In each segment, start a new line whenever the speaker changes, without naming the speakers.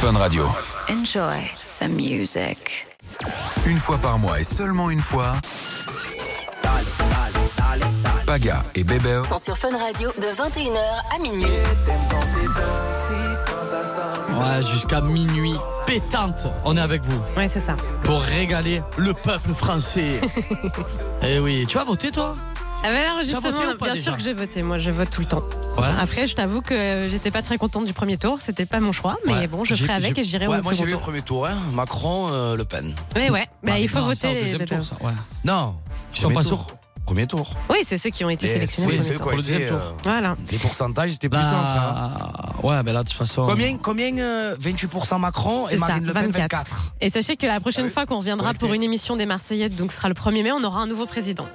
Fun Radio.
Enjoy the music.
Une fois par mois et seulement une fois. Paga et Bébé
sont sur Fun Radio de 21h à minuit.
Ouais, jusqu'à minuit pétante, on est avec vous
Ouais, c'est ça.
pour régaler le peuple français. eh oui, tu vas voter toi
Ah bah alors justement,
voté ou pas
bien
déjà
sûr que j'ai voté. Moi, je vote tout le temps.
Ouais.
Après, je t'avoue que euh, j'étais pas très contente du premier tour. C'était pas mon choix, mais
Ouais.
bon, je
J'ai-
ferai avec
j'ai-
et j'irai
Ouais,
au
moi j'ai
second
vu le
tour.
premier tour, hein. Macron, euh, Le Pen.
Mais ouais, bah,
Ah,
il faut
non, ça, au
voter les
deuxième
bébés.
tour, ça, ouais.
Non,
Ils sont
premier
pas
tour.
sûrs.
Premier tour.
Oui, c'est ceux qui ont été
Et
sélectionnés au premier
c'est ceux
tour.
qui ont
Eh, Pour le
été,
deuxième tour.
euh,
Voilà.
Les pourcentages étaient plus simples. hein.
Bah, ouais, mais là de toute façon.
Combien, combien euh, 28% Macron et
C'est ça,
Marine Le Pen
24.
24.
Et sachez que la prochaine
Ah oui.
fois qu'on reviendra
Connecté.
pour une émission des Marseillaises, donc ce sera le 1er mai, on aura un nouveau président.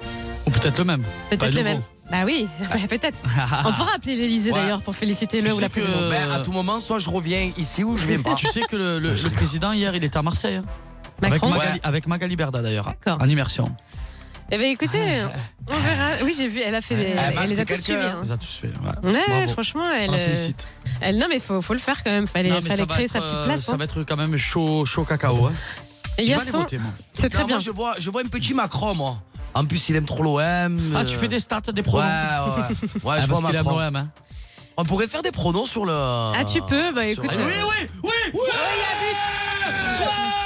Ou peut-être le même. Pas
Peut-être
nouveau.
le même. Bah oui, bah, peut-être. on pourra appeler l'Elysée
Ouais.
d'ailleurs pour féliciter
Tu
le ou
sais
la
que-
présidente.
Euh,
Ben, à tout moment, soit je reviens ici ou je viens pas.
Tu sais que le, le- le président hier, il était à Marseille. hein.
Macron.
Avec Magali, avec Magali Berda d'ailleurs.
D'accord.
En immersion.
Eh ben écoutez, on verra. Oui, j'ai vu, elle a fait des.
Ah,
Max,
elle les a
c'est
tous
quelqu'un,
suivis. hein.
Ça, tu sais, ouais.
Ouais,
Bravo.
franchement, elle.
On la
euh,
félicite.
Elle, non, mais faut, faut le faire quand même. Fallait,
Non, mais
fallait
ça va
créer
être,
sa petite
euh,
place.
Ça
hein.
va être quand même chaud, chaud cacao. hein.
Et
Je vais aller
Yasson,
voter, moi.
c'est très
Non,
bien.
Moi, je vois, je vois un petit Macron, moi. En plus, il aime trop l'OM.
Ah, tu fais des stats, des
Ouais, ouais.
pronoms
ouais. Ouais,
Ah,
je vois
parce qu'il aime
Macron.
l'OM. hein.
On pourrait faire des pronos sur le. Ah,
tu peux, bah, écoute,
Ah,
euh,
oui, oui, oui, oui.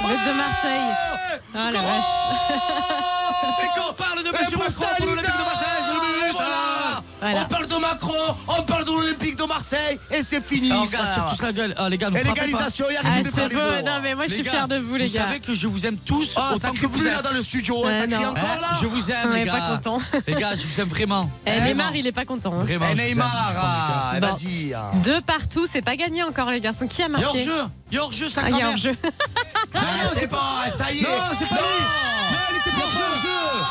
Vous êtes de Marseille. Ah la vache.
Et qu'on parle de
Monsieur Macron pour l'Olympique de Marseille, je le mets, voilà.
Voilà.
On parle de Macron, on parle de l'Olympique de Marseille, et c'est fini.
On
frère.
tire tous la gueule. Ah, les gars, vous
et
frappez pas.
l'égalisation, il y a
Ah,
rien de
c'est
faire les
beau.
beaux.
Non, mais moi, je
Les
suis
gars,
fière de vous, les gars.
savez que je vous aime tous
Ah, ça
autant que
crie
vous
plus là
êtes. Eh,
dans le studio, hein,
Ouais,
ça crie
non.
encore là.
je vous aime,
On
les
est pas
gars.
content.
les gars, je vous aime vraiment.
Eh, Neymar, il est pas content. hein.
Vraiment.
Eh,
je vous aime.
Neymar, ah, eh,
Bon.
vas-y. ah.
Deux partout, c'est pas gagné encore, les garçons. Qui a
Il y a
marqué
hors-jeu. Il y a hors-jeu, ça
Ah, il y a
cramère.
hors-jeu.
Ah, c'est pas, ça y est.
Non, c'est pas lui.
Non, Eh, il était pas hors jeu.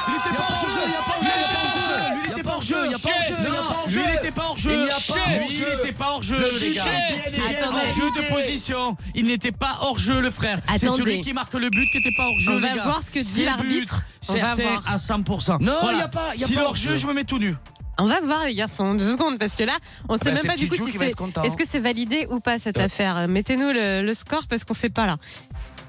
Il était pas hors jeu. Il était pas hors jeu. Il était pas hors jeu. Il a pas hors jeu.
Lui, il était pas hors jeu.
Il n'y a pas hors
Lui,
jeu.
il était pas hors jeu,
Le
les gars.
budget, il est
Hors
bien
jeu
validé.
de position. Il n'était pas hors jeu, le frère. C'est
Attendez.
celui qui marque le but qui n'était pas hors jeu.
On
les
va
gars.
voir ce que dit
C'est le
l'arbitre.
but.
On va
Certain
voir.
à 100%.
Non,
Voilà.
il y a pas- il y a
Si
pas
hors
hors
jeu,
jeu.
je me mets tout nu.
On va voir, les garçons, deux secondes, parce que là, on sait
bah,
même
c'est
pas
le
du
petit
coup
Joe
si
qui va
c'est.
être content,
Est-ce que c'est validé ou pas cette affaire Mettez-nous le, le score parce qu'on sait pas là.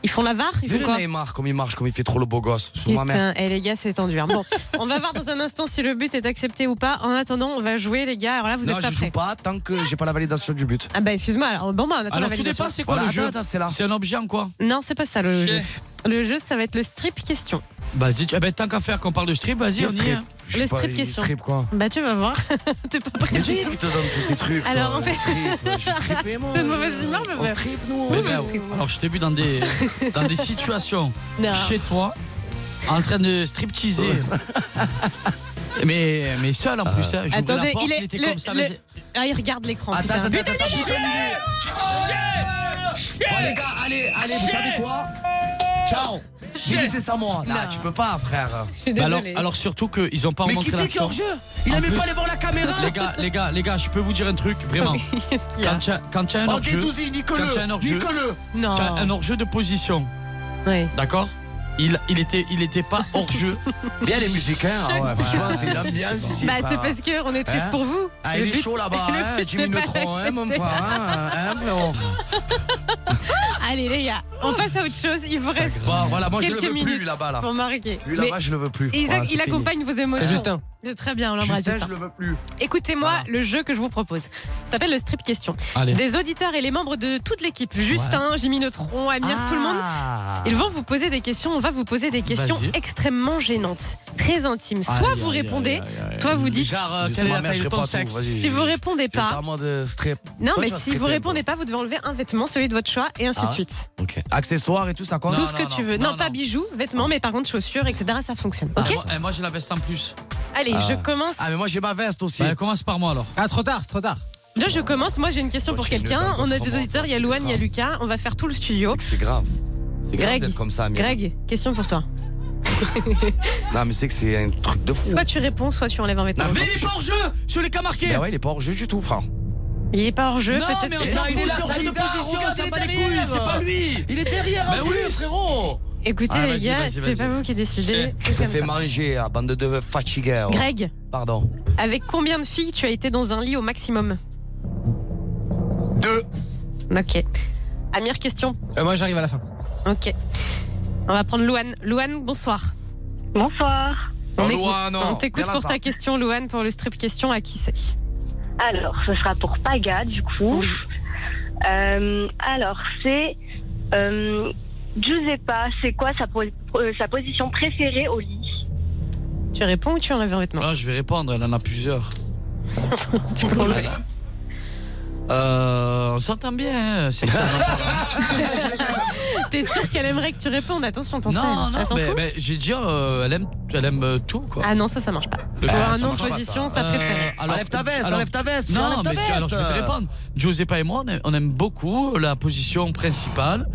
Ils font la VAR Ils
Vu
font
le
quoi
Neymar, comme il marche, comme il fait trop le beau gosse. Sous ma mère.
Putain, et les gars, c'est tendu. hein. Bon, on va voir dans un instant si le but est accepté ou pas. En attendant, on va jouer, les gars. Alors là, vous
Non,
êtes pas
je joue
prêts.
pas tant que j'ai pas la validation du but.
Ah bah excuse-moi. Alors bon, bah on attend la
Alors, tout
validation.
dépend, c'est quoi
Voilà,
le jeu
attends, attends, c'est là.
C'est un objet en quoi
non, c'est pas ça le jeu. Le jeu, ça va être le strip question.
Vas-y, tu- eh ben, tant qu'à faire qu'on parle de strip, vas-y, on y est. hein.
Je sais
Le
pas,
strip
il
question.
Strip quoi
Bah tu vas voir. T'es pas prêt.
Mais
du
si,
tout.
tu te donnes tous ces trucs.
Alors,
toi,
en fait-
le strip, Je suis strippé, moi. euh,
T'es de mauvaise humeur, mais
On
bref.
strip, nous.
Eh ben, alors, je t'ai vu dans des, dans des situations
Non.
chez toi, en train de stripteaser. mais, mais seul en plus, hein. J'ouvrais
Attendez,
la porte, il,
il est-
était
le-
comme ça.
le-
mais-
Ah, il regarde l'écran.
Attends,
Putain.
attends,
Putain,
attends, je peux lui- Oh les gars, allez, allez, vous savez quoi Ciao J'ai laissé ça moi. Non,
Non.
tu peux pas, frère.
je suis
Bah alors,
désolée.
alors surtout qu'ils ont pas
Mais qui
remontré
c'est qui est
l'action.
hors jeu Il
En
aimait pas
plus-
aller voir la caméra
Les gars, les gars, les gars, je peux vous dire un truc, vraiment.
Qu'est-ce qu'il y a
Quand il y a- quand il y a un
Ok,
hors-jeu,
Douzi,
Tiens, tiens, un
nique-le
hors-jeu.
Nique-le
Non.
quand il y a un hors-jeu de position,
Ouais.
d'accord il, il, était, il était pas hors-jeu.
Bien les musiques, hein Ah ouais, franchement, c'est l'ambiance ici.
Bah
frère.
c'est parce que on est triste
Hein
pour vous.
Ah,
Le
il est
but-
chaud là-bas,
le
hein,
but
Jimmy
n'est pas
Neutron, hein, mon
accepté.
frère, hein, hein, frérot.
Allez les gars, on passe à autre chose. Il vous reste
Bon, voilà, moi je le
quelques
veux plus,
minutes
lui, là-bas, là.
pour marquer.
Lui,
Mais
là-bas, je le veux plus.
il,
Voilà, c'est
il
fini.
accompagne vos émotions.
Justin.
De Très bien, on l'embrasse.
Justin, je
Justin.
le veux plus.
Écoutez-moi
Voilà.
le jeu que je vous propose. Ça s'appelle le strip question.
Allez.
Des auditeurs et les membres de toute l'équipe, Justin, Jimmy Neutron, Amir, tout le monde,
Ah.
ils vont vous poser des questions. On va vous poser des questions
Vas-y.
extrêmement gênantes, très intimes. Soit
Aïe,
vous
aïe, aïe,
répondez,
aïe, aïe,
soit
aïe.
vous dites.
Genre, euh,
Je sais,
quelle est
ma
la
mère,
taille
je
de
réponds
ton
à tout,
sexe
vas-y.
Si vous répondez
J'ai
pas,
tellement de strip.
non,
Ouais,
mais
je vais
si vous
stripper,
répondez pas, vous devez enlever un vêtement, celui de votre choix, et ainsi
Ah
de
ouais
suite.
Ok. Accessoires et tout, ça compte
Tout
Non,
ce que
non,
tu
non,
veux. Non,
non,
pas
non.
bijoux, vêtements, mais par contre chaussures, etc. Ça fonctionne.
Ah,
Ok
moi- eh, moi, j'ai la veste en plus.
Allez,
Ah.
je commence.
Ah, mais moi j'ai ma veste aussi.
Bah, commence par moi alors.
Ah, trop tard, c'est trop tard.
Là, je commence. Moi, j'ai une question
Toi,
pour
tu es nul
quelqu'un.
dans
On a
votre
des
monde,
auditeurs. Il y a
c'est
Louane, il y a
grave.
Lucas. On va faire tout le studio.
C'est grave. C'est grave
Greg.
d'être comme ça, Amir.
Greg, question pour toi.
Non, mais c'est que c'est un truc de fou.
Soit tu réponds, soit tu enlèves un vêtement.
Non,
Mais il est pas hors-jeu Sur les cas marqués
Bah ouais, il est pas hors jeu du tout, frère.
Il est pas hors jeu.
Non, mais
Peut-être
on
que
s'en
c'est
fout,
un
c'est
faux.
hors jeu de
Saïda,
position,
regarde,
ça
il
pas
est
les couilles,
derrière.
c'est pas lui
Il est derrière,
Bah
en plus,
oui.
frérot.
Écoutez,
Ah,
les
vas-y,
gars,
vas-y,
c'est
vas-y.
pas vous qui décidez.
Je
c'est
te
comme
fais
ça.
manger, ah, bande de fatigués. oh.
Greg,
Pardon.
avec combien de filles tu as été dans un lit au maximum
Deux.
Ok. Amir, question.
Euh, moi, j'arrive à la fin.
Ok. On va prendre Louane. Louane, bonsoir.
Bonsoir.
On
Oh,
écoute-
Louane, non,
on t'écoute
viens là,
pour
ça.
ta question, Louane, pour le strip question à qui c'est
Alors, ce sera pour Paga, du coup. Euh, alors, c'est euh, Giuseppa, c'est quoi sa, pro- euh, sa position préférée au lit
Tu réponds ou tu enlèves un vêtement
Ah, je vais répondre, elle en a plusieurs.
Tu
Bah,
peux l'enlever.
Euh, on s'entend bien, hein, c'est-
T'es sûr qu'elle aimerait que tu répondes Attention, pense à
Non,
elle.
non,
Elle s'en
mais,
fout
mais j'ai dit, euh, elle aime, elle aime euh, tout, quoi.
Ah non, ça, ça marche pas.
Le-
Pour
Ah,
un
ça
nom de
marche pas,
position,
ça.
ça préfère.
Euh, alors-
Enlève ta veste,
alors-
enlève ta veste,
Non,
enlève ta
mais tu-
veste.
alors je vais te répondre. Giuseppa et moi, on aime- on aime beaucoup la position principale,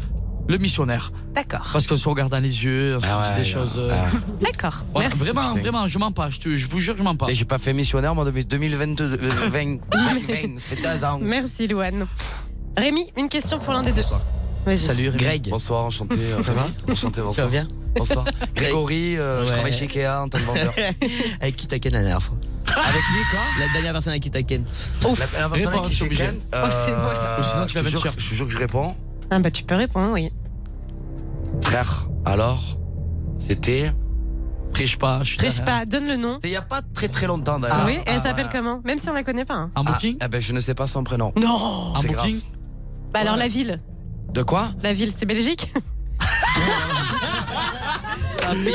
le missionnaire.
D'accord.
Parce qu'on se regarde dans les yeux, on se
Ah
dit
ouais,
des choses. euh,
ah.
D'accord.
voilà,
Merci.
vraiment,
Putain.
vraiment, je m'en pas, je, te- je vous jure, je m'en pas.
Et j'ai pas fait missionnaire, moi, depuis 2022. euh, 20, 20, ça fait deux ans.
Merci, Louane. Rémi, une question pour l'un des deux. Vas-y.
Salut, Rémi.
Greg. Bonsoir, enchanté. euh,
Ça va
Enchanté,
Ça
bonsoir.
vient
Bonsoir. Grégory, euh, je Ouais.
Travaille
travaille
chez
chez
Ikea en tant que vendeur.
Avec qui t'as ken la dernière fois
Avec qui, quoi
La dernière personne avec qui t'as ken
La, la personne
Réponds,
avec qui
je suis
j'ai euh,
obligé.
ken,
Oh, c'est beau, ça.
Ou sinon, tu
je
vas
te jure,
mentir.
je te jure que je réponds.
Ah bah tu peux répondre, oui.
Frère, alors, c'était.
Triche pas, je suis
Triche
Ah.
derrière.
pas, donne le nom.
C'était il y a pas très très longtemps d'ailleurs.
Ah
eh
oui, elle s'appelle comment Même si on la connaît pas. hein.
En
Ah,
booking
ah ben, je ne sais pas son prénom.
Non
En
c'est grave.
booking
Bah alors la ville.
De quoi
La ville, c'est Belgique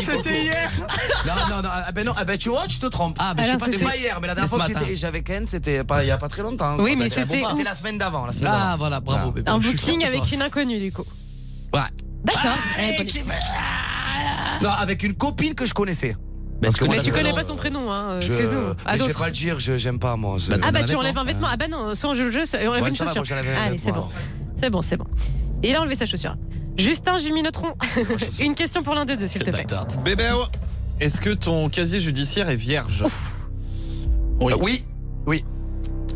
C'était hier Non, non, non. Ah ben non, ah ben tu vois, tu te trompes.
Ah, ben je sais
Alors,
pas,
c'était-
C'était pas hier, mais la dernière fois que
matin.
j'étais- j'avais Ken, c'était pas- il y a pas très longtemps.
Oui,
quoi.
mais
Ça,
c'était
C'était la semaine d'avant, la semaine
Ah,
d'avant.
voilà, bravo. bébé,
Un
je suis
booking
fier de toi.
avec une inconnue, du coup.
Ouais.
D'accord.
Ah,
Elle est connue.
Non, avec une copine que je connaissais.
Parce que
Mais tu
je-
connais pas son prénom, hein. euh,
je-
Excuse-nous. À
mais Je vais
d'autres.
pas le dire, je- j'aime pas moi. je-
Ah bah tu enlèves un vêtement. Ah bah non, soit on joue le jeu, soit on enlève
Ouais,
une
ça va,
chaussure.
moi, j'enlève un
Allez,
vêtement,
c'est bon.
alors.
C'est bon, c'est bon. Et il a enlevé sa chaussure. Justin Jimmy Neutron, une question pour l'un des deux, s'il te plaît.
Bébé, est-ce que ton casier judiciaire est vierge
Euh, Oui,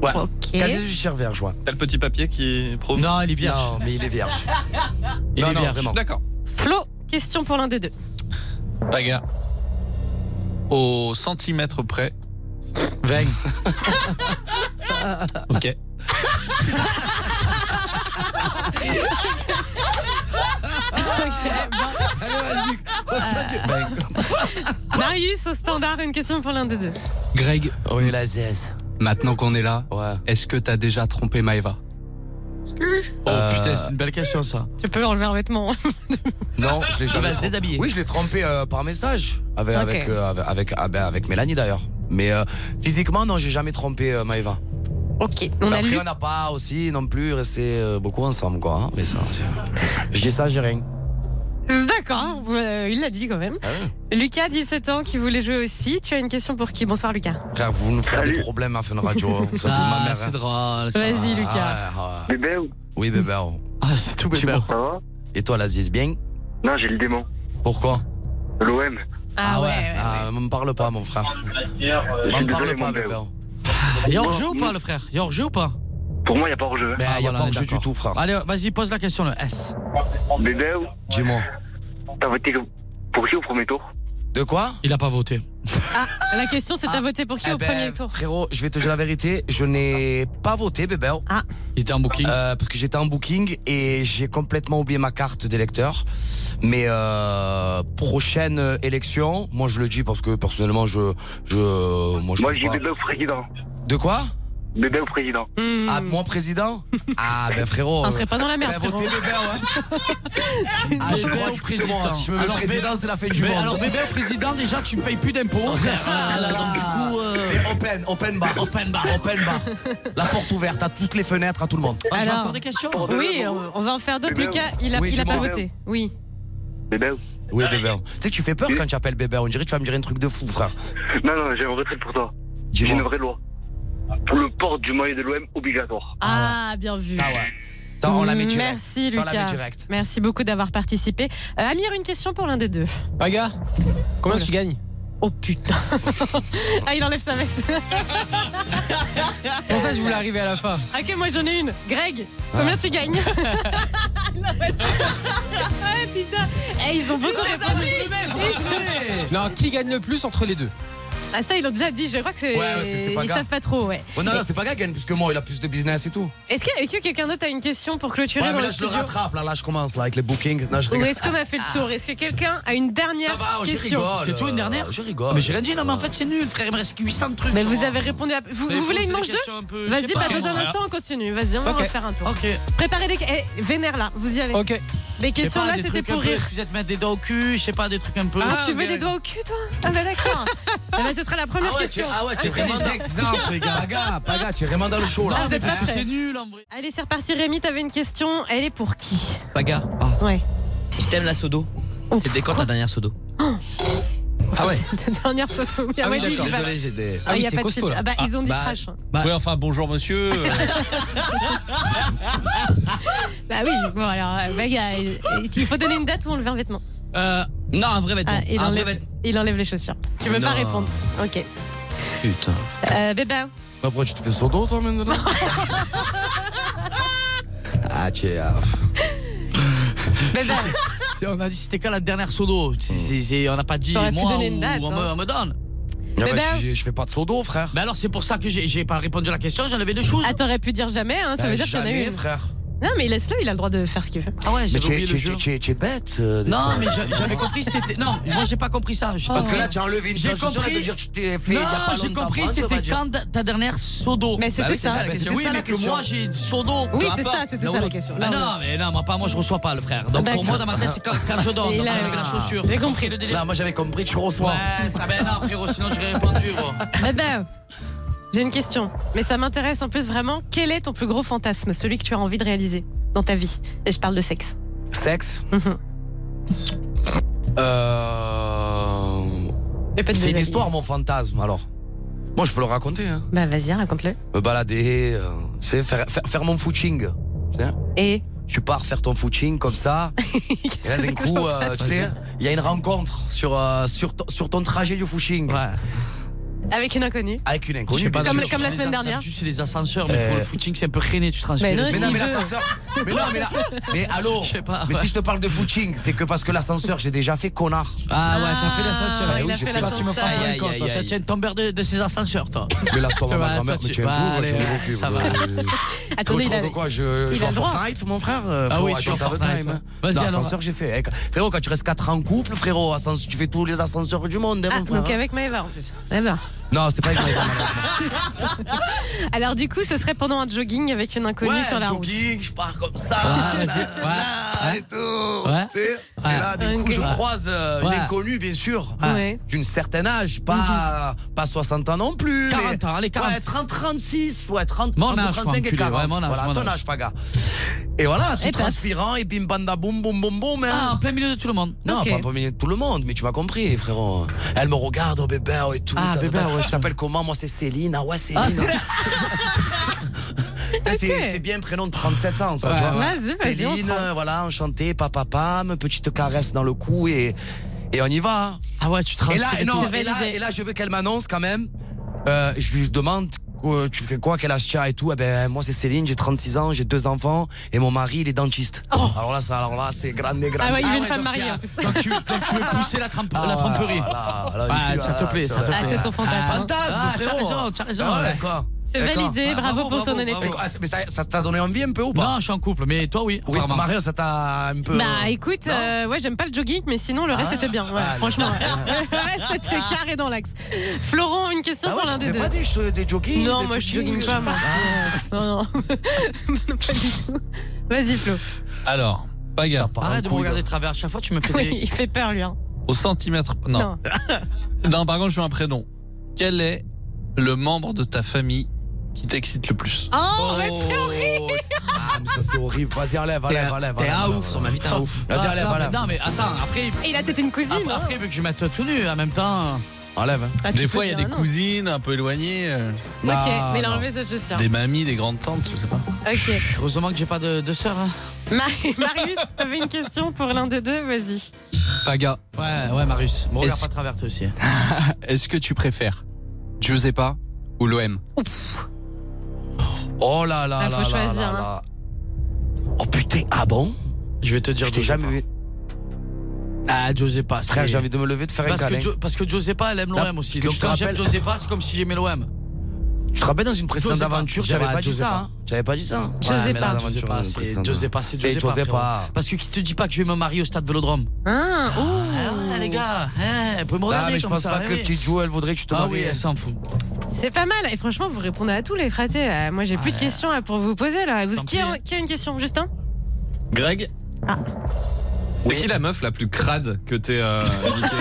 Ok.
casier judiciaire vierge, ouais.
T'as le petit papier qui prouve
Non, elle est vierge.
Non, mais il est vierge.
Il
non,
est
non,
vierge.
vraiment.
D'accord.
Flo, question pour l'un des deux.
Paga. Au centimètre près.
Vingt.
Ok.
Marius au standard, une question pour l'un des deux.
Greg,
Oui, la zèze.
maintenant qu'on est là,
Ouais.
est-ce que t'as déjà trompé Maeva
Oh putain, c'est une belle question ça.
Tu peux enlever un vêtement.
Non, je l'ai jamais.
va se
trompé.
déshabiller.
Oui, je l'ai trompé euh, par message. Avec,
Ok.
avec, euh, avec, avec, ah ben, avec Mélanie d'ailleurs. Mais euh, physiquement, non, j'ai jamais trompé euh, Maëva.
Ok, on a
Bah, Après,
lu.
on n'a pas aussi non plus resté euh, beaucoup ensemble, quoi. hein. Mais ça, c'est- je dis ça, j'ai rien.
D'accord, euh, il l'a dit quand même. Lucas, 17 ans, qui voulait jouer aussi. Tu as une question pour qui Bonsoir Lucas.
Frère, vous nous faites des problèmes à Fun Radio. Ça fait
Ah,
ma mère.
c'est
hein.
drôle. ça.
Vas-y Lucas.
Ah, ouais, ouais. Oui, bébé. oh.
Ah, c'est tout bébé.
Eh ben, Ça va
Et toi, Laziz, bien
Non, j'ai le démon.
Pourquoi
L'OM.
Ah ouais.
Ah, M'en parle pas, mon frère.
Je
M'en
suis
parle
désolé,
pas,
mon
bébé.
gars.
oh.
Il y a hors-jeu ou pas, le frère Il y a hors-jeu ou pas
Pour moi, il n'y a pas hors-jeu.
Mais il
Ah,
n'y a
voilà,
pas
on est
de jeu du
d'accord.
tout, frère.
Allez, vas-y, pose la question, le S.
Bébé,
Dis-moi.
t'as voté pour qui au premier tour
De quoi
Il a pas voté.
La question, c'est t'as
Ah,
voté pour qui
Eh
au
ben,
premier tour
Frérot, je vais te dire la vérité, je n'ai pas voté, bébé. oh.
Il était en booking.
Euh, parce que j'étais en booking et j'ai complètement oublié ma carte d'électeur. Mais euh, prochaine euh, élection, moi je le dis parce que personnellement je je moi je
Moi,
sais
j'ai
pas.
bébé au président.
de quoi
Bébé au président.
Hmm.
Ah moi président Ah ben frérot.
On
euh,
serait pas dans la merde.
ben, votez
frérot.
bébé ouais. Ah je
Bébé
crois
au
écoute-moi,
président.
si je me mets
Alors,
président c'est la fin Euh, du
Mais
monde.
alors, bébé au président, déjà, tu payes plus d'impôts, frère. Ah, là, donc, du coup, euh,
C'est open, open bar,
open bar.
open bar. La porte ouverte à toutes les fenêtres, à tout le monde.
Ah, je vois
Alors.
encore des questions.
Oui, on on va en faire d'autres.
Bébé,
Lucas, il a,
Eh ben Oui,
il a pas
dis-moi.
voté. Oui.
Bébé
Oui bébé. Tu sais que tu fais peur quand tu appelles bébé, on dirait que tu vas me dire un truc de fou frère.
Non, non, j'ai un retrait pour toi. J'ai une
Dis-moi.
vraie loi. Le port du maillot de l'OM obligatoire.
Ah, bien vu.
Ah ouais. Ça, on la met direct.
Merci
Ça, on la
Lucas.
met direct.
Merci beaucoup d'avoir participé. Euh, Amir, une question pour l'un des deux.
Paga, combien
Oula.
tu gagnes
Oh putain. ah, il enlève sa veste.
C'est pour ça que je voulais arriver à la fin.
ok, moi j'en ai une. Greg,
Ah.
combien tu gagnes Non, mais c'est- Ouais, putain. Eh, ils ont beaucoup répondu.
Non, qui gagne le plus entre les deux
Ah ça, ils l'ont déjà dit, je crois que c'est.
Ouais, ouais, c'est- c'est pas
ils
grave.
savent pas trop, ouais.
Bon, Oh, non, non, c'est pas Gagan, puisque moi, il a plus de business et tout.
Est-ce que, est-ce que quelqu'un d'autre a une question pour
Ouais,
clôturer
mais
dans
là,
le
je le
studio
rattrape, là, là, je commence, là, avec les bookings. Non, je
Ou
rigole.
est-ce qu'on a fait le tour
Ah.
Est-ce que quelqu'un a une dernière
oh, je
question
rigole.
C'est toi une dernière
Je rigole. Ah
Mais j'ai rien dit, non, mais en fait, c'est nul, frère. Il me reste 800 trucs.
Mais vous avez répondu à. Vous,
Mais
vous
faut
voulez une
poser
manche
des
d'eux
questions un peu, je
Vas-y,
sais
bah,
pas.
dans un
Voilà.
instant, on continue. Vas-y, on va
Ok.
faire un tour.
Ok.
Préparez les. eh, vénère là, vous y allez.
Ok.
Les
Je sais
questions
pas,
là,
des
c'était
trucs un
pour
peu,
rire.
si Vous êtes mettre des doigts au cul, je sais pas, des trucs un peu.
Ah, tu veux des doigts au cul, toi Ah, bah d'accord. Ah bah, ce sera la première
Ah ouais, tu,
question.
ah ouais, tu es vraiment
Des exemples, les
dans...
gars.
Paga, Paga, tu es vraiment dans le show, là.
Ah, vous êtes pas
Parce que
prêts.
c'est nul en vrai.
Allez, c'est reparti, Rémi, t'avais une question. Elle est pour qui
Paga,
Ouais.
je t'aime la Sodo. C'était quand ta dernière Sodo
Ah ouais
Ta dernière photo. Ah, ouais, lui, il va-
j'ai des.
Ah, il y a pas de suite. Ah bah, ils ont dit
bah,
trash.
Ouais, enfin, bonjour monsieur. euh,
Bah oui, bon alors, euh, bah, il y a- il il faut donner une date où on le met en vêtement.
euh,
Non, un vrai vêtement.
Ah, il
un vrai
enlève,
vêtement.
il enlève les chaussures. Tu veux pas
Non.
répondre Ok.
Putain.
Euh, Bébé,
Après, tu te fais son dos, toi, maintenant Ah, tu es. ah.
Bébé,
C'est- On a dit c'était quand la dernière sodo C'est- c'est- c'est- On n'a pas dit
T'aurais pu
moi
donner une
ou
date,
on, me,
hein.
on me donne.
Ah
Mais
bah,
ben-
je, je fais pas de sodo, frère.
Mais alors c'est pour ça que j'ai j'ai pas répondu à la question, j'en avais deux choses.
ah, t'aurais pu dire jamais, hein, ça
Bah,
veut dire qu'il y en a
jamais,
une.
frère.
Non, mais laisse-le, il a le droit de faire ce qu'il veut.
Ah ouais,
Mais
j'avais
tu es,
oublié
tu,
le
es-
jeu.
tu es- tu es bête. euh, des
Non,
fois.
mais j'a- j'avais compris c'était. Non, moi j'ai pas compris ça. J'ai-
Parce que là, tu as enlevé une
J'ai
paire de chaussures et
compris.
te dire, tu t'es fait. il y
Non,
a pas
j'ai
longtemps,
compris,
hein, ça va
c'était
dire.
quand ta dernière sodo Bah,
Mais c'était
oui, c'est
ça.
ça, la question.
Oui,
C'était ça,
mais
la
que
question.
moi j'ai sodo.
Oui,
Peu
c'est
importe.
ça, c'était
l'un
ça
ou
la
l'autre.
question.
Ah non, mais non, moi, pas moi, je reçois pas le frère. Donc
D'accord.
pour moi, dans ma tête, c'est quand, quand je donne,
Il
donc
a-
avec la chaussure.
J'ai compris.
le délire.
Là, moi, j'avais compris, tu reçois.
Ouais, ça ben non, frérot, sinon j'aurais répondu, gros.
Bébé, Eh ben, j'ai une question, mais ça m'intéresse en plus vraiment. Quel est ton plus gros fantasme, celui que tu as envie de réaliser dans ta vie Et je parle de sexe.
Sexe.
Mhm.
Euh.
Et pas de
C'est une
déshabiller.
histoire, mon fantasme, alors. Moi, je peux le raconter, hein.
Bah vas-y, raconte-le.
Me balader, euh, tu sais, faire, faire, faire mon footing. Tu sais,
Et
Tu pars faire ton footing comme ça. et là, d'un coup, euh, tu sais, il y a une rencontre sur, euh, sur, ton- sur ton trajet du footing.
Ouais.
avec une inconnue.
Avec une inconnue.
Je sais
bien
Comme-
sûr.
comme la
les
semaine
a-
dernière.
Tu sais, les ascenseurs, mais pour
Euh.
le footing, c'est un peu rené, tu transpires.
Mais non,
Mais
S'il
non, mais
veut.
l'ascenseur. Mais non, mais là. Mais allô.
Je sais pas,
Mais
ouais.
si je te parle de footing, c'est que parce que l'ascenseur, j'ai déjà fait connard.
Ah ouais, tu as fait l'ascenseur.
Ah,
Eh
il
oui,
a
j'ai
fait
fait-
l'ascenseur.
tu
me prends
Aïe,
pour une
aïe,
con,
aïe,
toi.
aïe.
Toi, tu es une tombeur de, de ces ascenseurs, toi.
Mais là, toi, ma
Ouais,
grand-mère,
toi,
mais
tu-
tu es un
bah,
fou, ouais,
allez,
c'est
ouais,
mon cul,
ça
ouais.
va.
Faut
Attendez,
que
il
tu
avait-
de quoi Je, je
il
joue
a
à
le droit.
Fortnite, mon frère euh,
Ah
frérot,
oui, je suis en
joue à
Fortnite, ouais. Vas-y,
Non,
alors.
ascenseur, j'ai fait. Eh, Frérot, quand tu restes 4 ans en couple, frérot, ascenseur, tu fais tous les ascenseurs du monde, hein,
Ah,
mon frère.
donc
hein.
avec Maëva en plus. Eh ben. D'accord.
Non, c'est pas avec mes camarades.
Alors du coup, ce serait pendant un jogging avec une inconnue sur la route.
jogging, je pars comme ça.
Ouais,
là,
Ah, vas-y,
là,
ouais,
Et tout.
Ouais.
Tu sais,
Ouais.
Et là, du
Ok.
coup, je croise euh,
Ouais.
une inconnue, bien sûr.
Ah.
Ouais.
D'une certaine âge, pas, pas 60 ans non plus.
40
mais-
Mhm. ans, allez, 40.
Ouais, 30, 36, ouais, 30,
Mon
entre
âge,
35
enculé,
et 40.
ouais, mon âge,
voilà,
mon
ton
âge.
âge, Paga. Et voilà, tout
Et paf.
transpirant, et bim, banda, boum, boum, boum, boum. hein.
Ah, en plein milieu de tout le monde.
Non,
Ok.
pas pas milieu de tout le monde, mais tu m'as compris, frérot. Elle me regarde, oh bébé, oh, et tout.
Ah,
ta, ta,
bébé,
ta.
ouais.
Je t'appelle comment Moi, c'est Céline. Ah ouais, Céline.
Ah, c'est là.
Ça, C'est
Ok.
c'est bien un prénom de 37 ans, ça,
Ouais,
tu vois.
ouais. Vas-y, vas-y, on
Céline,
prend.
euh, voilà, enchanté, papa, pam, petite caresse dans le cou et, et on y va. hein.
Ah ouais, tu
Et
transpires.
là,
et
non,
tout.
et là, et là, je veux qu'elle m'annonce quand même. Euh, je lui demande euh, tu fais quoi, quel âge tu as et tout. Eh ben, moi, c'est Céline, j'ai 36 ans, j'ai deux enfants et mon mari, il est dentiste. Alors là, ça, alors là, c'est grande, grande.
Ah ouais, il
Ah
veut une
ouais,
femme
donc,
mariée
il y a-
en plus.
Donc tu, donc tu veux pousser la, trempe-
Ah,
la tremperie.
voilà, voilà,
Ouais,
il dit,
ça te
ah,
plaît, ça te
va.
plaît.
Ah, c'est son fantasme. hein.
Fantasme,
Ah, t'as
frérot.
raison, t'as raison,
Ah ouais,
ouais.
d'accord.
C'est
D'accord.
validé,
Ah,
bravo,
bravo,
pour ton
bravo,
honnêteté.
bravo.
Ah, c'est- Mais ça ça t'a donné envie un peu ou pas
Non, je suis en couple, mais toi, oui.
Oui,
apparemment.
Maria, ça t'a un peu.
Bah écoute, euh, ouais, j'aime pas le jogging, mais sinon le reste était bien. ouais,
ah, le
franchement, le reste était carré dans l'axe. Florent, une question
Ah ouais,
pour l'un
tu te
des
fais
deux.
pas des, che- des jogging
non,
des
moi je
footings,
jogging Ah,
des
pas,
choses
moi. Non, non. Non, pas du tout. Vas-y, Flo.
alors, Paga,
Arrête de me
hein.
regarder de travers, à chaque fois tu me fais
Oui,
des.
il fait peur, lui. hein.
au centimètre. Non.
Non.
non, par contre, je veux un prénom. Quel est le membre de ta famille qui t'excite le plus
Oh, ouais,
Oh, Ah, mais ça c'est horrible. Vas-y, enlève,
T'es
enlève, enlève.
un- T'es
enlève,
un
enlève.
ouf, sur ma vie, t'es un ouf.
Vas-y,
Ah,
enlève,
non, mais-
enlève.
Non, mais attends, après,
c'est- Et il a peut-être une cousine.
après,
Ah, bah,
hein.
après, vu que je mets toi tout nu en même temps.
Enlève. hein.
Ah, tu
Des
peux
fois, il y a
dire
des
non.
cousines un peu éloignées, euh,
Ok, mais il a
Ah, non.
enlevé sa chaussure.
des mamies, des grandes tantes, je sais pas.
Ok.
Heureusement que j'ai pas de, de sœur. hein.
Mar- Marius, t'avais une question pour l'un des deux, vas-y.
Paga,
Ouais, ouais, Marius. Me regarde
Est-ce-
pas à travers toi aussi.
est-ce que tu préfères Giuseppa ou l'OM
Oh là là
Ah,
là
faut
là
choisir,
là
hein.
là. Oh putain, ah bon
Je vais te
Je
dire
t'ai
de
jamais vu.
Ah, Josepa,
Frère, j'ai envie de me lever, de faire un
parce
câlin.
Que Jo- parce que Josepa, elle aime l'OM
Non,
aussi.
parce que
Donc
je te
quand j'aime
rappelle-
Josepa, c'est comme si j'aimais l'OM.
Tu te rappelles dans une précédente
Josepa.
aventure, j'avais pas dit ça. hein. J'avais pas dit ça. hein.
Ouais, mais
dans
non,
l'aventure
Josepa, c'est
précédente.
Josepa, c'est
C'est
Josepa, frérot. Parce que qui te dit pas que je vais me marier au stade Vélodrome
Hein
Ah, les gars, hein, vous pouvez me
Ah,
regarder
mais je
comme
pense
ça,
pas
eh
que
oui.
petite Jo, elle voudrait que tu te
Ah
maries.
oui, elle s'en fout.
C'est pas mal. Et franchement, vous répondez à tous les fratés. là. Moi, j'ai plus de questions là, pour vous poser. Là. Vous- qui, a, qui a une question Justin
Greg C'est qui la meuf la plus crade que t'es euh, niquée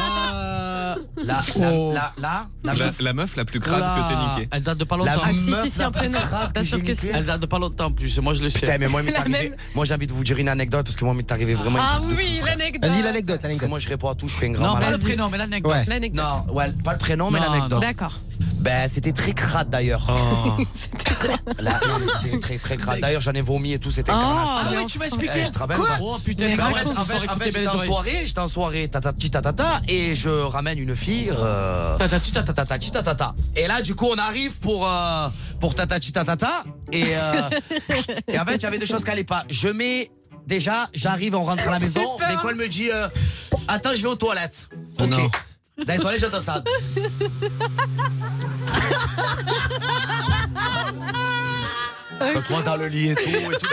Euh, La, la,
Oh.
la, la,
la, la meuf la plus crade que t'es niquée
Elle date de pas longtemps.
La Ah, si, meuf si, si, la un plus prénom. crade que Bien sûr j'ai que niquée. si.
Elle date de pas longtemps en plus. et Moi, je le sais.
Putain, mais moi, il m'est arrivé- moi, j'ai envie de vous dire une anecdote parce que moi, il m'est arrivé vraiment une
Ah
truc de
oui,
fou.
l'anecdote.
Vas-y, l'anecdote, Parce que Moi, je réponds à tout, je fais un grand
Non, pas
malade.
le prénom, mais l'anecdote.
Ouais.
L'anecdote.
Non, ouais, pas le prénom, mais
Non,
l'anecdote.
D'accord.
Ben, c'était très crade d'ailleurs.
Oh.
Là, c'était très très crade. D'ailleurs, j'en ai vomi et tout, c'était un
Oh,
carnage.
ah oui, tu m'as expliqué.
Eh, je te rappelle
Quoi
pas.
Oh, putain, les
Ben, en
gars,
fait,
cette
en
histoire,
fait, en
écoutez,
fait,
belles
j'étais en
oreilles.
soirée, j'étais en soirée, tata tati, tata, tata, et je ramène une fille. Euh... Tata tata tata tati, tata, tata. Et là, du coup, on arrive pour euh, pour tata tati, tata, tata. et euh, et en fait, j'avais des choses qui allaient pas. Je mets déjà, j'arrive, on rentre à la
J'ai
maison.
peur.
Dès quoi, elle me dit, euh, attends, je vais aux toilettes.
Oh
ok.
non.
Dans les toilettes, j'entends ça. Donc moi dans le lit et tout, et tout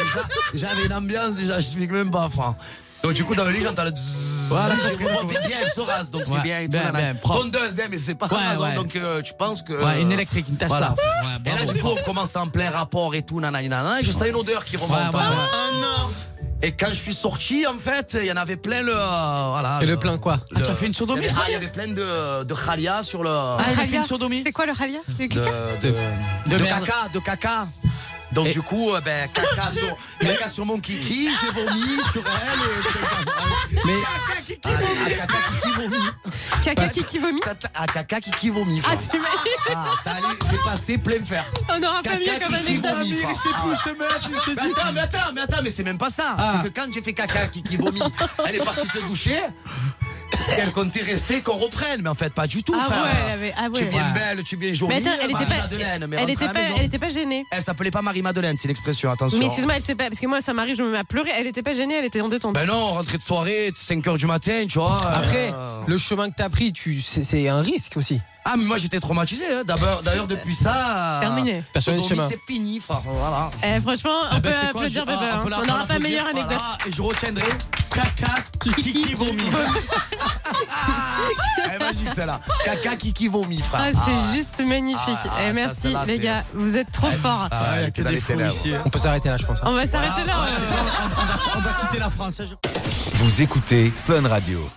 déjà, j'avais une ambiance déjà, je suis même pas franc. Donc du coup dans le lit j'entends le zzzz.
Voilà,
Je
compris,
comprends,
compris.
mais bien elle se rase, donc
Ouais,
c'est bien. et tout,
bien,
nanana.
bien, propre.
Ton deuxième, mais c'est pas
Ouais,
raison,
ouais.
donc euh, tu penses que...
Ouais, une Ah, électrique, une tasse,
Voilà.
là. Ouais,
et là
bravo.
du coup on commence en plein rapport et tout, nanana, nanana, et je sens une odeur qui remonte.
Ouais, ouais,
hein.
ouais.
Et quand je suis sorti, en fait, il y en avait plein le. euh, voilà.
Et le plein quoi
le-
Ah, tu as fait une sodomie,
Il y avait-
toi
Ah, il y avait plein de, de khalia sur le.
Khalia. C'est quoi le Khalia Le
de,
clica
de, de,
merde.
caca, de caca. Donc du coup, euh, ben, caca, sur, caca sur mon kiki, j'ai vomi sur euh, elle. Et... Mais Ah, caca kiki vomi.
Caca kiki vomi.
Ah, caca kiki vomi.
Ah,
frère.
c'est magnifique.
Ah, ça allait, c'est passé plein fer.
On n'aura pas
Caca
mieux comme
kiki
anecdote.
vomi, frère. Ah, ouais. Mais attends, mais attends, mais attends, mais c'est même pas ça.
Ah.
C'est que quand j'ai fait caca, Kiki vomit, elle est partie se doucher. et Elle comptait rester qu'on reprenne, mais en fait, pas du tout,
Ah
frère.
ouais, elle avait- ah
Tu es
ouais. Ouais.
bien belle, tu es bien jolie.
Mais attends, elle était pas,
Marie-Madeleine, mais
elle
rentre
était
à la
pas,
maison.
elle était pas gênée.
Elle s'appelait pas Marie-Madeleine, c'est l'expression, attention.
Mais excuse-moi, elle s'est pas, parce que moi ça m'arrive, je me mets à pleurer. Elle était pas gênée, elle était en détente.
Ben non, rentrée de soirée, 5h du matin, tu vois. euh,
Après, le chemin que t'as pris, tu, c'est, c'est un risque aussi.
Ah, mais moi j'étais traumatisé, hein. D'abord- d'ailleurs depuis ça. euh,
Terminé.
Personne n'est
Sodomie,
chemin.
C'est fini, frère, voilà.
Eh, franchement, on
ben,
peut applaudir
ah,
Bébé. hein. On n'aura pas meilleure anecdote.
Et je retiendrai caca, kiki, vomi.
Elle est Eh, magique celle-là. Caca, Kiki vomi, frère.
Ah, c'est
ouais.
juste magnifique.
Ah,
Eh,
ça,
merci
celle-là,
les
c'est-
gars, vous êtes trop forts.
Ah, ouais, t'es dans les ténèbres.
On peut s'arrêter là, je pense. hein.
On va s'arrêter là. euh.
On va quitter la France. hein, je-
Vous écoutez Fun Radio.